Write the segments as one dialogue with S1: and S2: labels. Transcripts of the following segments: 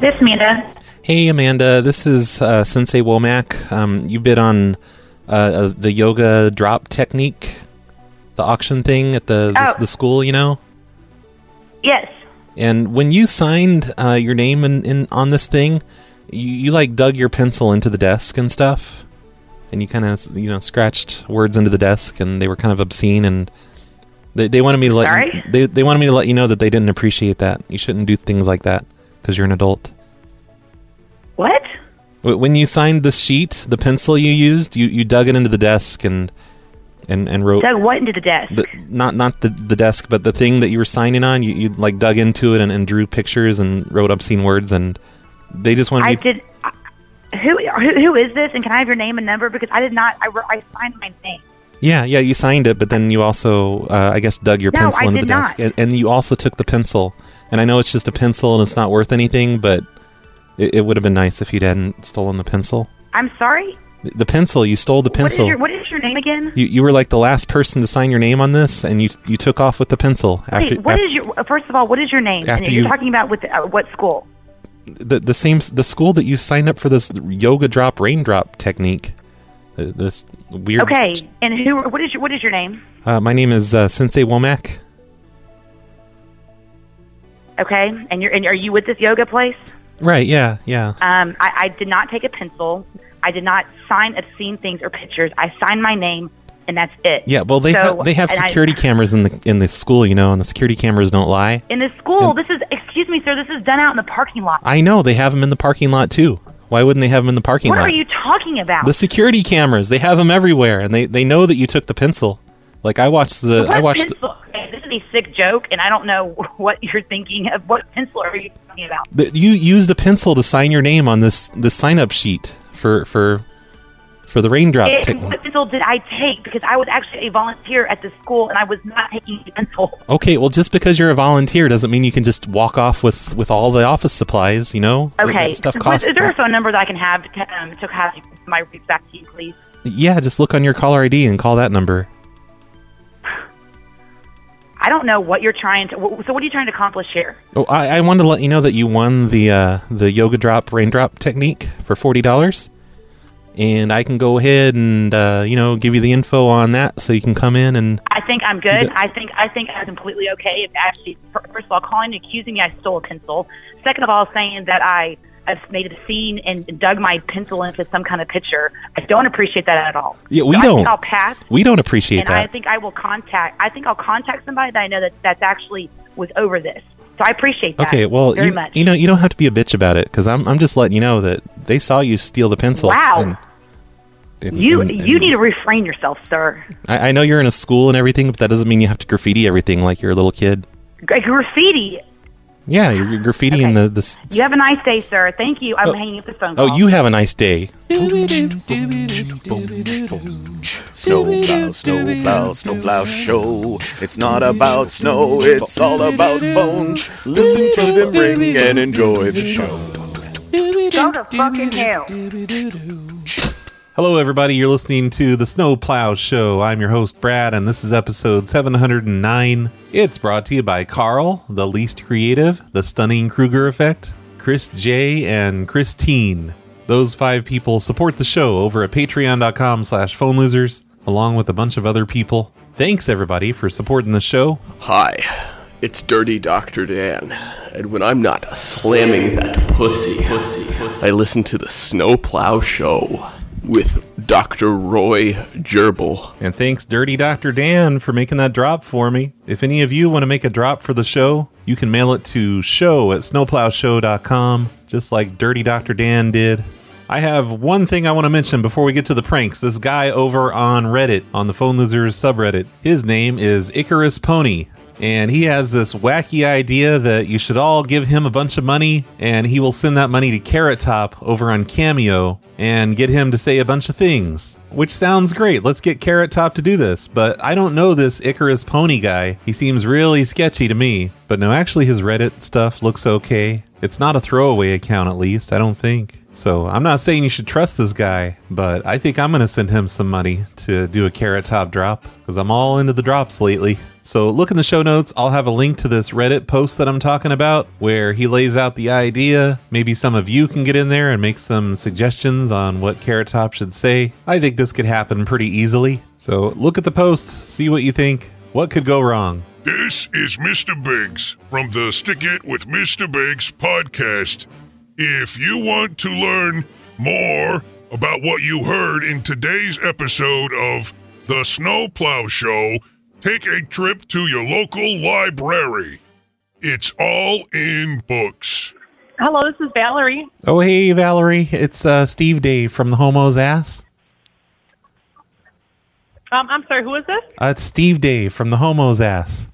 S1: This Amanda.
S2: Hey, Amanda. This is uh, Sensei Womack. Um, you bid on uh, uh, the yoga drop technique, the auction thing at the the,
S1: Oh.
S2: the school, you know.
S1: Yes.
S2: And when you signed uh, your name in, in on this thing, you, you like dug your pencil into the desk and stuff, and you kind of you know scratched words into the desk, and they were kind of obscene, and they, they wanted me to let you,
S1: Sorry?
S2: they they wanted me to let you know that they didn't appreciate that. You shouldn't do things like that because you're an adult.
S1: What?
S2: Wh- When you signed this sheet, the pencil you used, you, you dug it into the desk and and and wrote
S1: Dug what into the desk?
S2: the, not not the, the desk, but the thing that you were signing on. You, you like dug into it and, and drew pictures and wrote obscene words, and they just wanted
S1: I
S2: me.
S1: did. I, who, who who is this? And can I have your name and number? Because I did not. I wrote- I signed my name.
S2: yeah, yeah, you signed it, but then you also, uh, I guess, dug your
S1: No,
S2: pencil
S1: I
S2: into the
S1: did
S2: desk,
S1: not.
S2: and, and you also took the pencil. And I know it's just a pencil and it's not worth anything, but it, it would have been nice if you hadn't stolen the pencil.
S1: I'm sorry.
S2: The- The pencil, you stole the
S1: What is
S2: pencil.
S1: your What is your name again?
S2: you, you were like the last person to sign your name on this, and you you took off with the pencil after,
S1: Wait, what
S2: af-
S1: is your uh, first of all? What is your name? And
S2: after
S1: you're
S2: you-
S1: talking about with uh, what school?
S2: the the same s- the school that you signed up for this yoga drop raindrop technique. uh, This weird.
S1: Okay, and who? What is your What is your name?
S2: Uh, my name is uh, Sensei Womack.
S1: Okay, and you're and are you with this yoga place?
S2: Right. Yeah. Yeah.
S1: Um, I, I did not take a pencil. I did not sign obscene things or pictures. I signed my name, and that's it.
S2: Yeah. Well, they
S1: So-
S2: ha- they have
S1: and I-
S2: security cameras in the in the school, you know, and the security cameras don't lie.
S1: in the school. This is, excuse me, sir, this is done out in the parking lot.
S2: I know they have them in the parking lot too. Why wouldn't they have them in the parking
S1: What
S2: lot?
S1: are you talking about?
S2: the security cameras. They have them everywhere, and they they know that you took the pencil. Like I watched the
S1: what
S2: uh, I watched the,
S1: pencil? Okay, this is a sick joke, and I don't know what you're thinking of. What pencil are you talking about?
S2: Th you used a pencil to sign your name on this this sign up sheet for for for the raindrop
S1: And
S2: technique.
S1: what pencil did I take? Because I was actually a volunteer at the school, and I was not taking a pencil.
S2: Okay, well, just because you're a volunteer doesn't mean you can just walk off with with all the office supplies. You know, That-
S1: Okay.
S2: that stuff
S1: What-
S2: costs.
S1: is there a phone number that I can have to, um, to have my reach back to you, please?
S2: yeah, just look on your caller ID and call that number.
S1: I don't know what you're trying to. wh- So, what are you trying to accomplish here?
S2: Oh, I, I wanted to let you know that you won the uh, the yoga drop raindrop technique for forty dollars, and I can go ahead and uh, you know give you the info on that so you can come in and
S1: I think I'm good.
S2: got-
S1: I think I think I'm completely okay. If actually, fir- first of all, calling and accusing me I stole a pencil. Second of all, saying that I have made a scene and dug my pencil into some kind of picture. I don't appreciate that at all.
S2: Yeah, we
S1: So I
S2: don't.
S1: think I'll pass,
S2: we don't appreciate
S1: and I
S2: that.
S1: think I will contact. I think I'll contact somebody that I know that that's actually was over this. So I appreciate that.
S2: Okay, well,
S1: very
S2: you,
S1: much.
S2: you know, you don't have to be a bitch about it because I'm, I'm just letting you know that they saw you steal the pencil.
S1: Wow.
S2: and-
S1: you e
S2: and-
S1: you
S2: and-
S1: need to refrain yourself, sir.
S2: I, I know you're in a school and everything, but that doesn't mean you have to graffiti everything like you're a little kid.
S1: Gra- Graffiti.
S2: Yeah, you're, you're graffitiing the the. s-
S1: You have a nice day, sir. Thank you. I'm hanging up the phone.
S2: oh,
S1: call.
S2: you have a nice day. Oh.
S3: Snowplow, snowplow, snowplow show. It's not about snow, it's all about bones. Listen to them ring and enjoy the show.
S1: go to fucking hell.
S2: Hello, everybody. You're listening to the Snowplow Show. I'm your host, Brad, and this is episode 709. It's brought to you by Carl, the least creative, the stunning Kruger effect, Chris J, and Christine. Those five people support the show over at patreon.com slash phone losers, along with a bunch of other people. Thanks, everybody, for supporting the show.
S4: Hi, it's Dirty Dr. Dan, and when I'm not slamming that pussy, I listen to the Snowplow Show with Dr. Roy Gerbil.
S2: And thanks, Dirty Dr. Dan, for making that drop for me. If any of you want to make a drop for the show, you can mail it to show at snowplowshow.com, just like Dirty Dr. Dan did. I have one thing I want to mention before we get to the pranks. This guy over on Reddit, on the Phone Losers subreddit, his name is Icarus Pony. And he has this wacky idea that you should all give him a bunch of money, and he will send that money to Carrot Top over on Cameo and get him to say a bunch of things. Which sounds great. Let's get Carrot Top to do this. But I don't know this Icarus Pony guy. He seems really sketchy to me. But no, actually, his Reddit stuff looks okay. It's not a throwaway account, at least, I don't think. So I'm not saying you should trust this guy, but I think I'm going to send him some money to do a Carrot Top drop because I'm all into the drops lately. So look in the show notes. I'll have a link to this Reddit post that I'm talking about where he lays out the idea. Maybe some of you can get in there and make some suggestions on what Carrot Top should say. I think this could happen pretty easily. So look at the post, see what you think. What could go wrong?
S5: This is Mr. Biggs from the Stick It with Mr. Biggs podcast. If you want to learn more about what you heard in today's episode of The Snowplow Show, take a trip to your local library. It's all in books.
S6: Hello, this is Valerie.
S2: Oh, hey, Valerie. It's uh, Steve Dave from the Homo's Ass.
S6: Um, I'm sorry, who is this?
S2: Uh, it's Steve Dave from the Homo's Ass.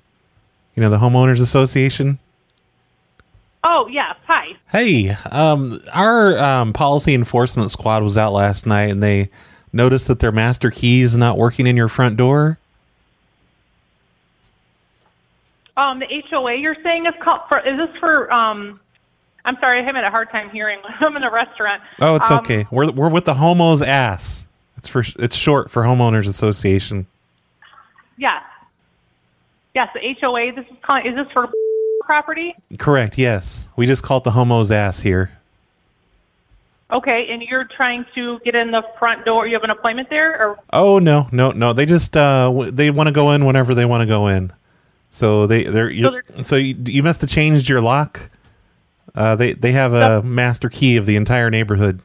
S2: You know, the Homeowners Association.
S6: Oh, yeah. Hi.
S2: Hey, um, our um, policy enforcement squad was out last night and they noticed that their master key is not working in your front door.
S6: Um, the HOA you're saying is called for, is this for, um, I'm sorry, I'm having a hard time hearing. I'm in a restaurant.
S2: Oh, it's
S6: Um,
S2: okay. We're, we're with the Homo's Ass. It's for it's short for Homeowners Association.
S6: Yes. Yes, the HOA, this is calling, is this for property?
S2: Correct. Yes, we just call it the Homo's Ass here.
S6: Okay, and you're trying to get in the front door. You have an appointment there, or
S2: Oh no, no, no! They just uh, w- they want to go in whenever they want to go in. So they they're you,
S6: So
S2: so, you, you must have changed your lock. Uh, they they have a master key of the entire neighborhood.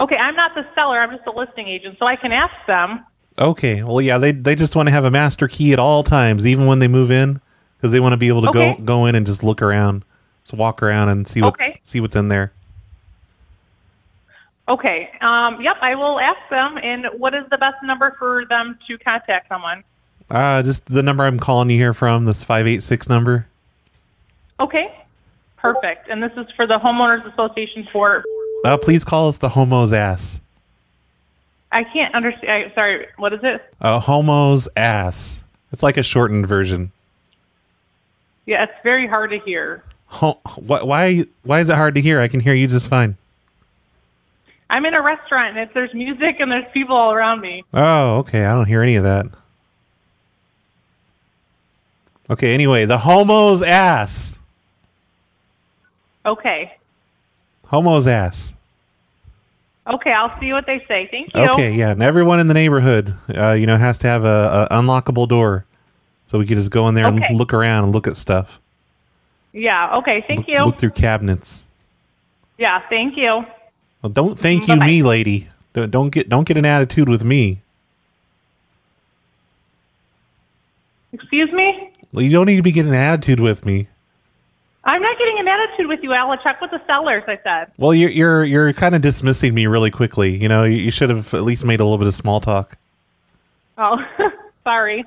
S6: okay, I'm not the seller. I'm just a listing agent, so I can ask them.
S2: Okay, well yeah, they they just want to have a master key at all times, even when they move in, because they want to be able to
S6: Okay.
S2: go go in and just look around, just walk around and see what's
S6: Okay.
S2: see what's in there.
S6: Okay. Um, yep, I will ask them. And what is the best number for them to contact someone?
S2: Uh, just the number I'm calling you here from this five eight six number.
S6: Okay, perfect. And this is for the homeowners association for.
S2: Uh, please call us the homo's ass.
S6: I can't understand. I, sorry, what is it?
S2: Uh, homo's ass. It's like a shortened version.
S6: Yeah, it's very hard to hear.
S2: Ho- wh- why why is it hard to hear? I can hear you just fine.
S6: I'm in a restaurant, and it's, there's music and there's people all around me.
S2: Oh, okay. I don't hear any of that. Okay, anyway, the homo's ass.
S6: Okay.
S2: Homo's ass.
S6: Okay, I'll see what they say. Thank you.
S2: Okay, yeah. And everyone in the neighborhood, uh, you know, has to have a, a unlockable door. So we can just go in there
S6: Okay.
S2: and look around and look at stuff.
S6: Yeah, okay, thank you.
S2: Look through cabinets.
S6: Yeah, thank you.
S2: Well, don't thank you
S6: Bye-bye.
S2: me, lady. Don't, don't get don't get an attitude with me.
S6: Excuse me?
S2: Well, you don't need to be getting an attitude with me.
S6: I'm not getting an attitude with you, Al. I'll Check with the sellers, I said.
S2: Well, you're you're you're kind of dismissing me really quickly. You know, you, you should have at least made a little bit of small talk.
S6: Oh, sorry.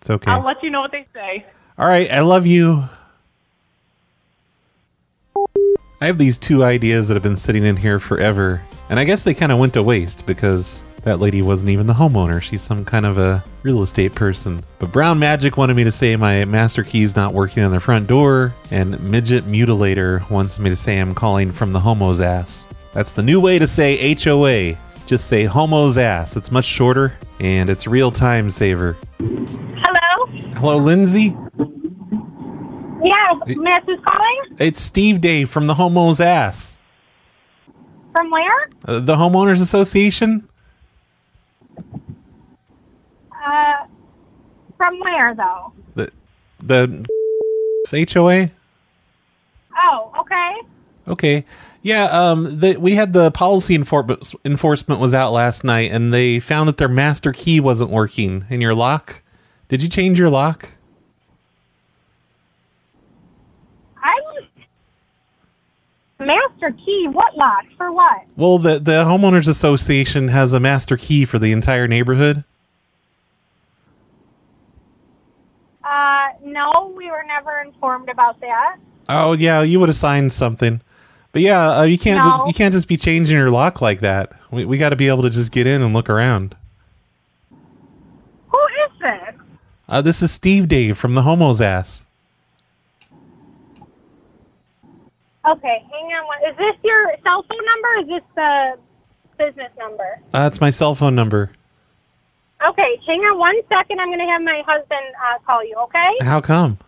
S2: It's okay.
S6: I'll let you know what they say.
S2: All right, I love you. I have these two ideas that have been sitting in here forever, and I guess they kind of went to waste because that lady wasn't even the homeowner. She's some kind of a real estate person. But Brown Magic wanted me to say my master key's not working on the front door, and Midget Mutilator wants me to say I'm calling from the homo's ass. That's the new way to say HOA. Just say homo's ass. It's much shorter, and it's real time saver.
S7: Hello?
S2: Hello, Lindsay.
S7: Yeah, Matt is calling?
S2: It's Steve Day from the Homo's Ass,
S7: From where?
S2: uh, the homeowners association.
S7: Uh, from where, though?
S2: The the HOA.
S7: Oh, okay.
S2: Okay, yeah. Um, the, we had the policy enfor- enforcement was out last night, and they found that their master key wasn't working in your lock. Did you change your lock?
S7: I'm... Master Key, what lock? For what?
S2: Well, the the homeowners association has a master key for the entire neighborhood.
S7: Uh, no, we were never informed about that.
S2: Oh yeah, you would have signed something. But yeah, uh, you can't just
S7: No.
S2: you can't just be changing your lock like that. We we got to be able to just get in and look around.
S7: Who is this?
S2: Uh, this is Steve Dave from the Homo's Ass.
S7: Okay, hang on one... Is this your cell phone number or is this the business number?
S2: Uh, it's my cell phone number.
S7: Okay, hang on one second. I'm going to have my husband uh, call you, okay?
S2: How come?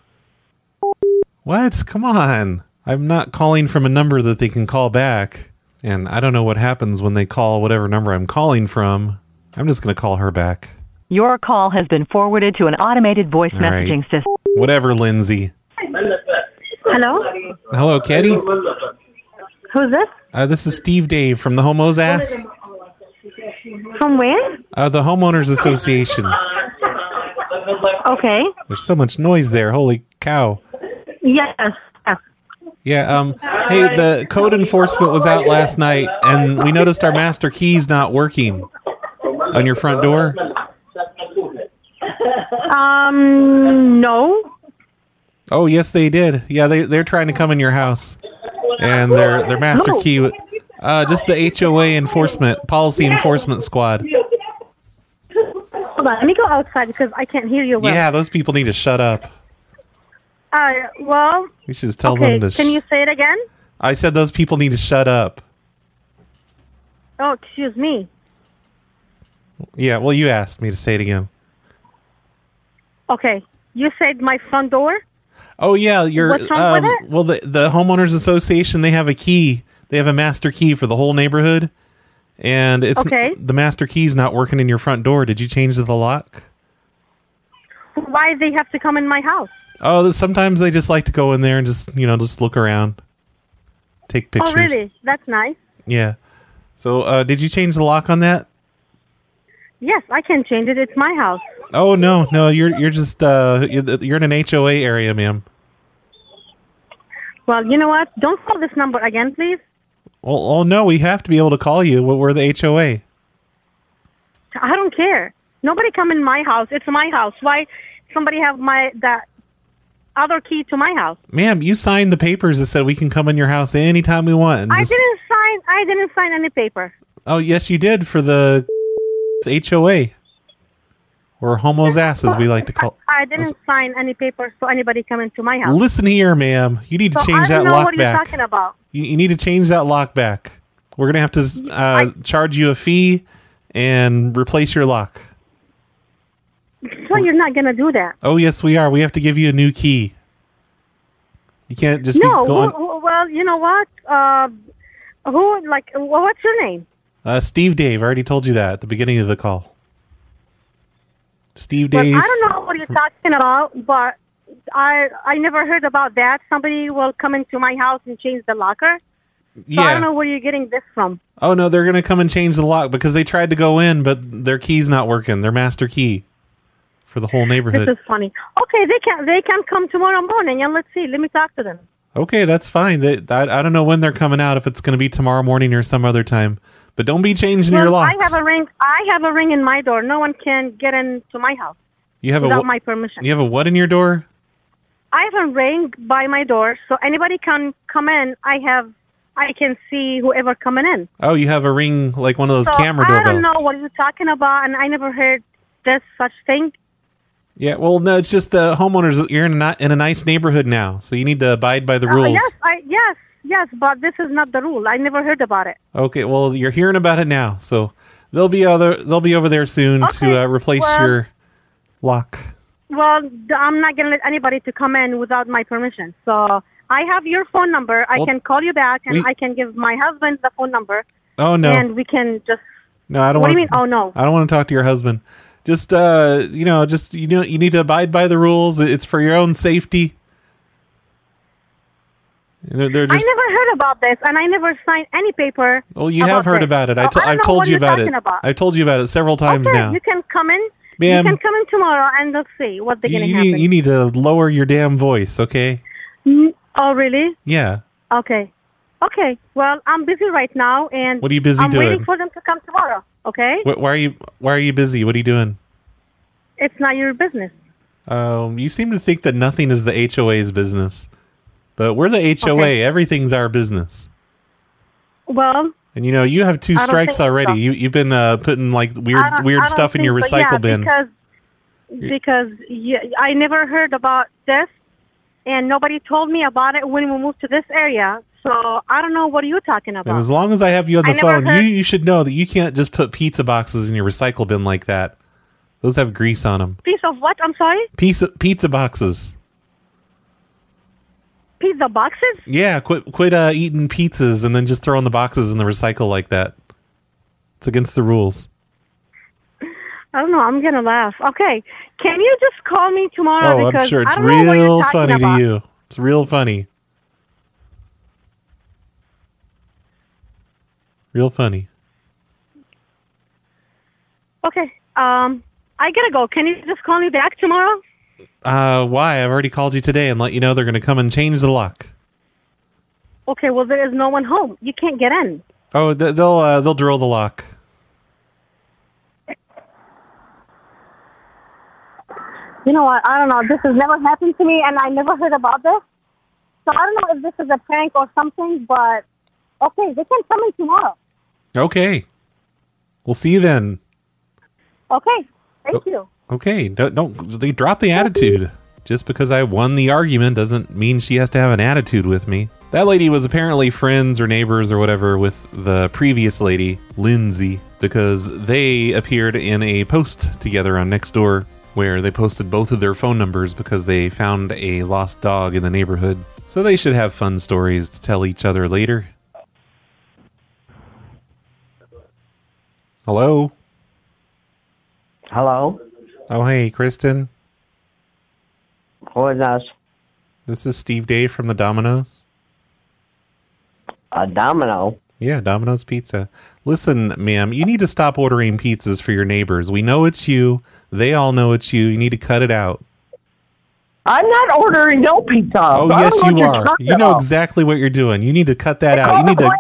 S2: What? Come on. I'm not calling from a number that they can call back. And I don't know what happens when they call whatever number I'm calling from. I'm just going to call her back.
S1: Your call has been forwarded to an automated voice
S2: All right.
S1: messaging system.
S2: Whatever, Lindsay.
S7: Hello?
S2: Hello, Katie.
S7: Who's this?
S2: Uh, this is Steve Dave from the Homo's Ass,
S7: From where?
S2: uh, the Homeowners Association.
S7: Okay.
S2: There's so much noise there. Holy cow.
S7: Yes.
S2: Yeah. Um. Hey, the code enforcement was out last night, and we noticed our master key's not working on your front door.
S7: Um, no.
S2: Oh, yes, they did. Yeah, they they're trying to come in your house, and their their master
S7: Who?
S2: key. w- Uh, just the HOA enforcement policy enforcement squad.
S7: Hold on. Let me go outside because I can't hear you well.
S2: Yeah, those people need to shut up.
S7: Uh, well,
S2: We should just tell
S7: okay.
S2: them to. Sh-
S7: Can you say it again?
S2: I said those people need to shut up.
S7: Oh, excuse me.
S2: Yeah. Well, you asked me to say it again.
S7: Okay. You said my front door?
S2: Oh yeah, you're um,
S7: What's wrong with it?
S2: well the the homeowners association they have a key. They have a master key for the whole neighborhood. And it's
S7: Okay.
S2: the master key's not working in your front door. Did you change the lock?
S7: Why they have to come in my house?
S2: Oh, th- sometimes they just like to go in there and just, you know, just look around. Take pictures.
S7: Oh, really? That's nice.
S2: Yeah. So, uh did you change the lock on that?
S7: Yes, I can change it. It's my house.
S2: Oh no, no, you're you're just uh you're, you're in an HOA area, ma'am.
S7: Well, you know what? Don't call this number again, please.
S2: Well, oh no, we have to be able to call you. We're the HOA.
S7: I don't care. Nobody come in my house. It's my house. Why somebody have my the other key to my house?
S2: Ma'am, you signed the papers that said we can come in your house anytime we want. and
S7: I
S2: just-
S7: didn't sign. I didn't sign any paper.
S2: Oh yes, you did for the HOA or homo's ass, as we like to call.
S7: I didn't sign any papers for anybody coming to my house.
S2: Listen here, ma'am. You need to
S7: so
S2: change
S7: I
S2: that
S7: don't know
S2: lock
S7: what you're
S2: back.
S7: talking about.
S2: You, you need to change that lock back. We're gonna have to uh, charge you a fee and replace your lock.
S7: So you're not gonna do that.
S2: Oh yes, we are. We have to give you a new key. You can't just
S7: No.
S2: be
S7: Who,
S2: going.
S7: who, well, you know what? Uh, who like? wh- What's your name?
S2: Uh, Steve Dave, I already told you that at the beginning of the call. Steve
S7: Well,
S2: Dave.
S7: I don't know what you're talking about, but I I never heard about that. Somebody will come into my house and change the locker. So
S2: yeah.
S7: I don't know where you're getting this from.
S2: Oh no, they're gonna come and change the lock because they tried to go in, but their key's not working. Their master key for the whole
S7: This
S2: neighborhood.
S7: is funny. Okay, they can they can come tomorrow morning and let's see. Let me talk to them.
S2: okay, that's fine. They, I, I don't know when they're coming out. If it's gonna be tomorrow morning or some other time, but don't be changing your
S7: Well,
S2: locks.
S7: I have a ring. I have a ring in my door. No one can get into my house
S2: you have a
S7: without
S2: wh-
S7: my permission.
S2: you have a what in your door?
S7: I have a ring by my door, so anybody can come in. I have. I can see whoever coming in.
S2: Oh, you have a ring like one of those
S7: So
S2: camera
S7: I don't
S2: doorbells.
S7: know what you're talking about, and I never heard this such thing.
S2: Yeah, well, no, it's just the homeowners. You're in a, ni- in a nice neighborhood now, so you need to abide by the
S7: Uh,
S2: rules.
S7: yes, I, yes, yes, but this is not the rule. I never heard about it.
S2: Okay, well, you're hearing about it now, so they'll be other they'll be over there soon
S7: Okay,
S2: to uh, replace
S7: well-
S2: your lock.
S7: Well, th- I'm not going to let anybody to come in without my permission. So I have your phone number. I
S2: Well,
S7: can call you back, and
S2: we-
S7: I can give my husband the phone number,
S2: Oh no.
S7: and we can just.
S2: No, I don't.
S7: What do
S2: wanna,
S7: you mean? Oh, no.
S2: I don't want to talk to your husband. Just uh, you know, just you know, you need to abide by the rules. It's for your own safety. And They're, they're just.
S7: I never heard about this, and I never signed any paper.
S2: well, you have heard
S7: this.
S2: about it. I to-
S7: So I don't
S2: I've
S7: know
S2: told
S7: what
S2: you
S7: you're
S2: about it.
S7: talking about.
S2: I've told you about it several times
S7: okay,
S2: now.
S7: you can come in.
S2: Ma'am.
S7: you can come in tomorrow, and let's see what's going
S2: You-
S7: to
S2: you
S7: happen.
S2: need, you need to lower your damn voice, okay?
S7: Mm, oh, really?
S2: Yeah.
S7: Okay. Okay. Well, I'm busy right now, and
S2: What are you busy
S7: I'm
S2: doing?
S7: waiting for them to come tomorrow. Okay.
S2: Wh- Why are you Why are you busy? What are you doing?
S7: It's not your business.
S2: Um, you seem to think that nothing is the HOA's business, but we're the HOA.
S7: Okay.
S2: Everything's our business.
S7: Well,
S2: And you know, you have two
S7: I don't
S2: strikes
S7: think
S2: already.
S7: so.
S2: You you've been uh, putting like
S7: I
S2: weird
S7: don't-
S2: weird
S7: I don't
S2: stuff in your
S7: think so. Yeah,
S2: recycle bin.
S7: because because yeah, I never heard about this, and nobody told me about it when we moved to this area. So I don't know what you're talking
S2: and as
S7: about.
S2: long as I have you on the
S7: I never
S2: phone, you
S7: heard-
S2: you should know that you can't just put pizza boxes in your recycle bin like that. Those have grease on them.
S7: Piece of what? I'm sorry?
S2: Pizza pizza boxes.
S7: Pizza boxes?
S2: Yeah, quit quit uh, eating pizzas and then just throwing the boxes in the recycle like that. It's against the rules.
S7: I don't know. I'm going to laugh. Okay. Can you just call me tomorrow?
S2: oh, I'm
S7: because
S2: sure
S7: I
S2: it's
S7: don't know what you're
S2: real
S7: talking
S2: funny
S7: about.
S2: to you. It's real funny. Real funny.
S7: Okay. Um, I got to go. Can you just call me back tomorrow?
S2: Uh, why? I've already called you today and let you know they're going to come and change the lock.
S7: Okay. Well, there is no one home. You can't get in.
S2: Oh, th- they'll uh, they'll drill the lock.
S7: You know what? I don't know. This has never happened to me, and I never heard about this. So I don't know if this is a prank or something, but okay, they can come in tomorrow.
S2: Okay. We'll see you then.
S7: Okay.
S2: Oh.
S7: Thank you.
S2: Okay, don't, don't they drop the attitude. Just because I won the argument doesn't mean she has to have an attitude with me. That lady was apparently friends or neighbors or whatever with the previous lady, Lindsay, because they appeared in a post together on Nextdoor where they posted both of their phone numbers because they found a lost dog in the neighborhood. So they should have fun stories to tell each other later. Hello?
S8: Hello,
S2: Oh, hey, Kristen.
S8: who is this?
S2: This is Steve Day from the Domino's.
S8: A Domino.
S2: Yeah, Domino's Pizza. Listen, ma'am, you need to stop ordering pizzas for your neighbors. We know it's you. They all know it's you. You need to cut it out.
S8: I'm not ordering no pizza.
S2: Oh,
S8: I
S2: yes,
S8: don't
S2: you
S8: know what you're
S2: are.
S8: talking
S2: You know
S8: about.
S2: exactly what you're doing. You need to cut that out. You need to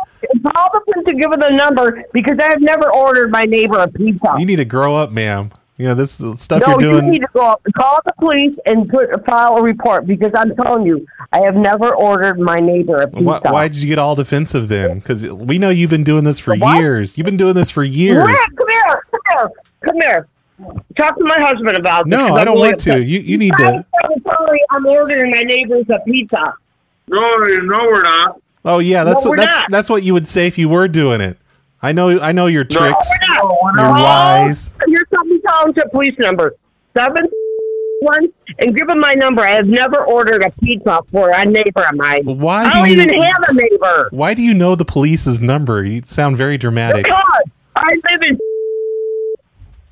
S8: Call the place to give her the number because I have never ordered my neighbor a pizza.
S2: you need to grow up, ma'am. You know this is stuff
S8: no,
S2: you're doing.
S8: you need to go up, call the police and put file a report because I'm telling you, I have never ordered my neighbor a pizza.
S2: why, why did you get all defensive then? Because we know you've been doing this for
S8: What?
S2: years. You've been doing this for years.
S8: Rick, come here, come here, come here. Talk to my husband about this.
S2: No,
S8: 'cause
S2: I
S8: I'm
S2: don't
S8: really
S2: want to.
S8: upset.
S2: You you need
S8: I'm
S2: to.
S8: so sorry. I'm ordering my neighbors a pizza.
S9: No, no, we're not.
S2: Oh yeah, that's
S8: No,
S2: what
S8: we're
S2: that's
S8: not.
S2: that's what you would say if you were doing it. I know I know your tricks.
S8: No, we're
S2: You're
S8: not.
S2: wise.
S8: Here's something township police number seven one, and give them my number. I have never ordered a pizza for a neighbor of mine.
S2: Why
S8: I
S2: do
S8: don't
S2: you,
S8: even have a neighbor.
S2: Why do you know the police's number? You sound very dramatic.
S8: Because I live in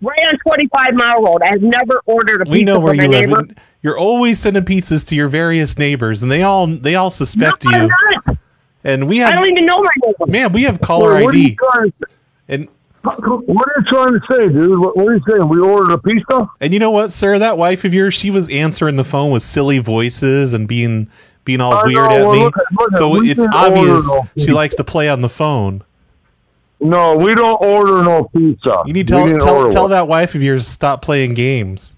S8: right on Twenty Five Mile Road. I have never ordered a pizza
S2: We know where
S8: for my
S2: you live.
S8: neighbor.
S2: and You're always sending pizzas to your various neighbors, and they all they all suspect
S8: No, I'm
S2: you.
S8: not.
S2: And we
S8: I
S2: have,
S8: don't even know my neighbor.
S2: man, we have caller
S9: What are you
S2: ID.
S9: trying to,
S2: And
S9: what are you trying to say, dude? What, what are you saying? We ordered a pizza?
S2: and you know what, sir? That wife of yours, she was answering the phone with silly voices and being being all
S9: I
S2: weird
S9: know,
S2: at
S9: well,
S2: me.
S9: look at- look at-
S2: so
S9: we
S2: it's
S9: didn't
S2: obvious
S9: order no
S2: she likes to play on the phone.
S9: No, we don't order no pizza.
S2: You need
S9: We
S2: to tell
S9: didn't
S2: tell,
S9: order
S2: tell
S9: one.
S2: that wife of yours to stop playing games.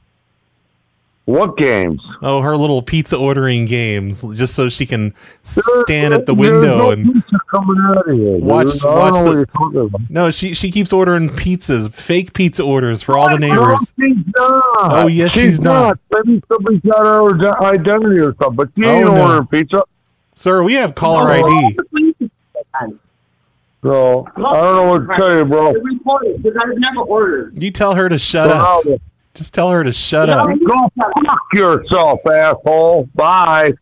S9: What games?
S2: Oh, her little pizza ordering games, just so she can stand at the window
S9: There's no
S2: and
S9: pizza coming out of here, dude. I
S2: Watch-
S9: don't
S2: watch
S9: know
S2: the-
S9: what you're talking about.
S2: No, she she keeps ordering pizzas, fake pizza orders for all the
S9: No,
S2: neighbors.
S9: she's not.
S2: Oh, yes, she's not.
S9: Maybe somebody's got her ide- identity or something, but she
S2: Oh,
S9: ain't
S2: no.
S9: ordering pizza.
S2: Sir, we have caller ID.
S9: So I don't know what to tell you, bro.
S8: Because I've never ordered.
S2: You tell her to shut up. Just tell her to shut up.
S9: Go fuck yourself, asshole. Bye.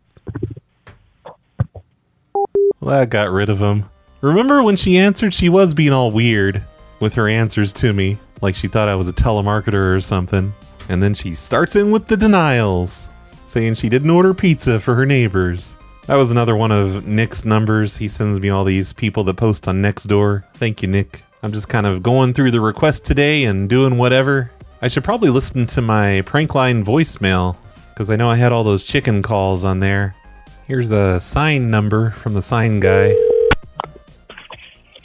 S2: Well, that got rid of him. Remember when she answered, she was being all weird with her answers to me, like she thought I was a telemarketer or something. And then she starts in with the denials, saying she didn't order pizza for her neighbors. That was another one of Nick's numbers. He sends me all these people that post on Nextdoor. Thank you, Nick. I'm just kind of going through the requests today and doing whatever. I should probably listen to my prank line voicemail because I know I had all those chicken calls on there. Here's a sign number from the sign guy.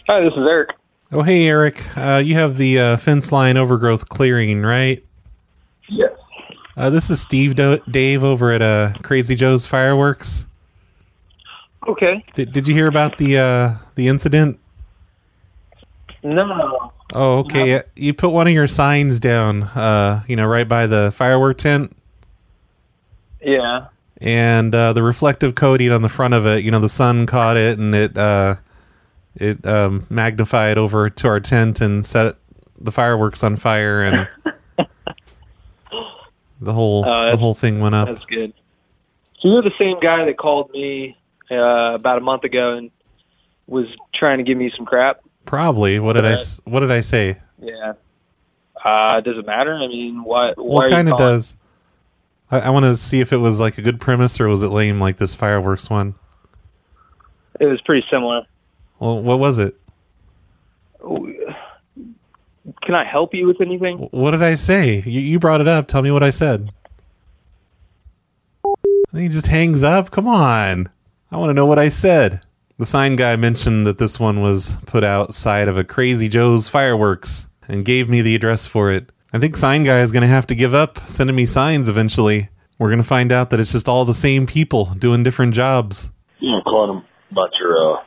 S10: Hi, this is Eric.
S2: Oh, hey, Eric. Uh, you have the uh, fence line overgrowth clearing, right?
S10: Yes.
S2: Uh, this is Steve Do- Dave over at uh, Crazy Joe's Fireworks.
S10: Okay.
S2: Did did you hear about the uh, the incident?
S10: No.
S2: Oh, okay. Uh, You put one of your signs down, uh, you know, right by the firework tent,
S10: Yeah.
S2: and uh, the reflective coating on the front of it. You know, the sun caught it, and it uh, it um, magnified over to our tent and set the fireworks on fire. And The whole
S10: Uh,
S2: the
S10: that's-
S2: whole thing went up.
S10: That's good. So you're the same guy that called me uh, about a month ago and was trying to give me some crap.
S2: Probably. What did I s What did I say?
S10: Yeah. Uh, does it matter? I mean, why? why
S2: Well,
S10: are
S2: it
S10: you
S2: kind of
S10: calling?
S2: does. I, I want to see if it was like a good premise or was it lame like this fireworks one.
S10: It was pretty similar.
S2: Well, what was it?
S10: Can I help you with anything?
S2: What did I say? You, you brought it up. Tell me what I said. And he just hangs up. Come on. I want to know what I said. The sign guy mentioned that this one was put outside of a Crazy Joe's fireworks and gave me the address for it. I think sign guy is going to have to give up sending me signs eventually. We're going to find out that it's just all the same people doing different jobs.
S11: You know, calling them about your uh,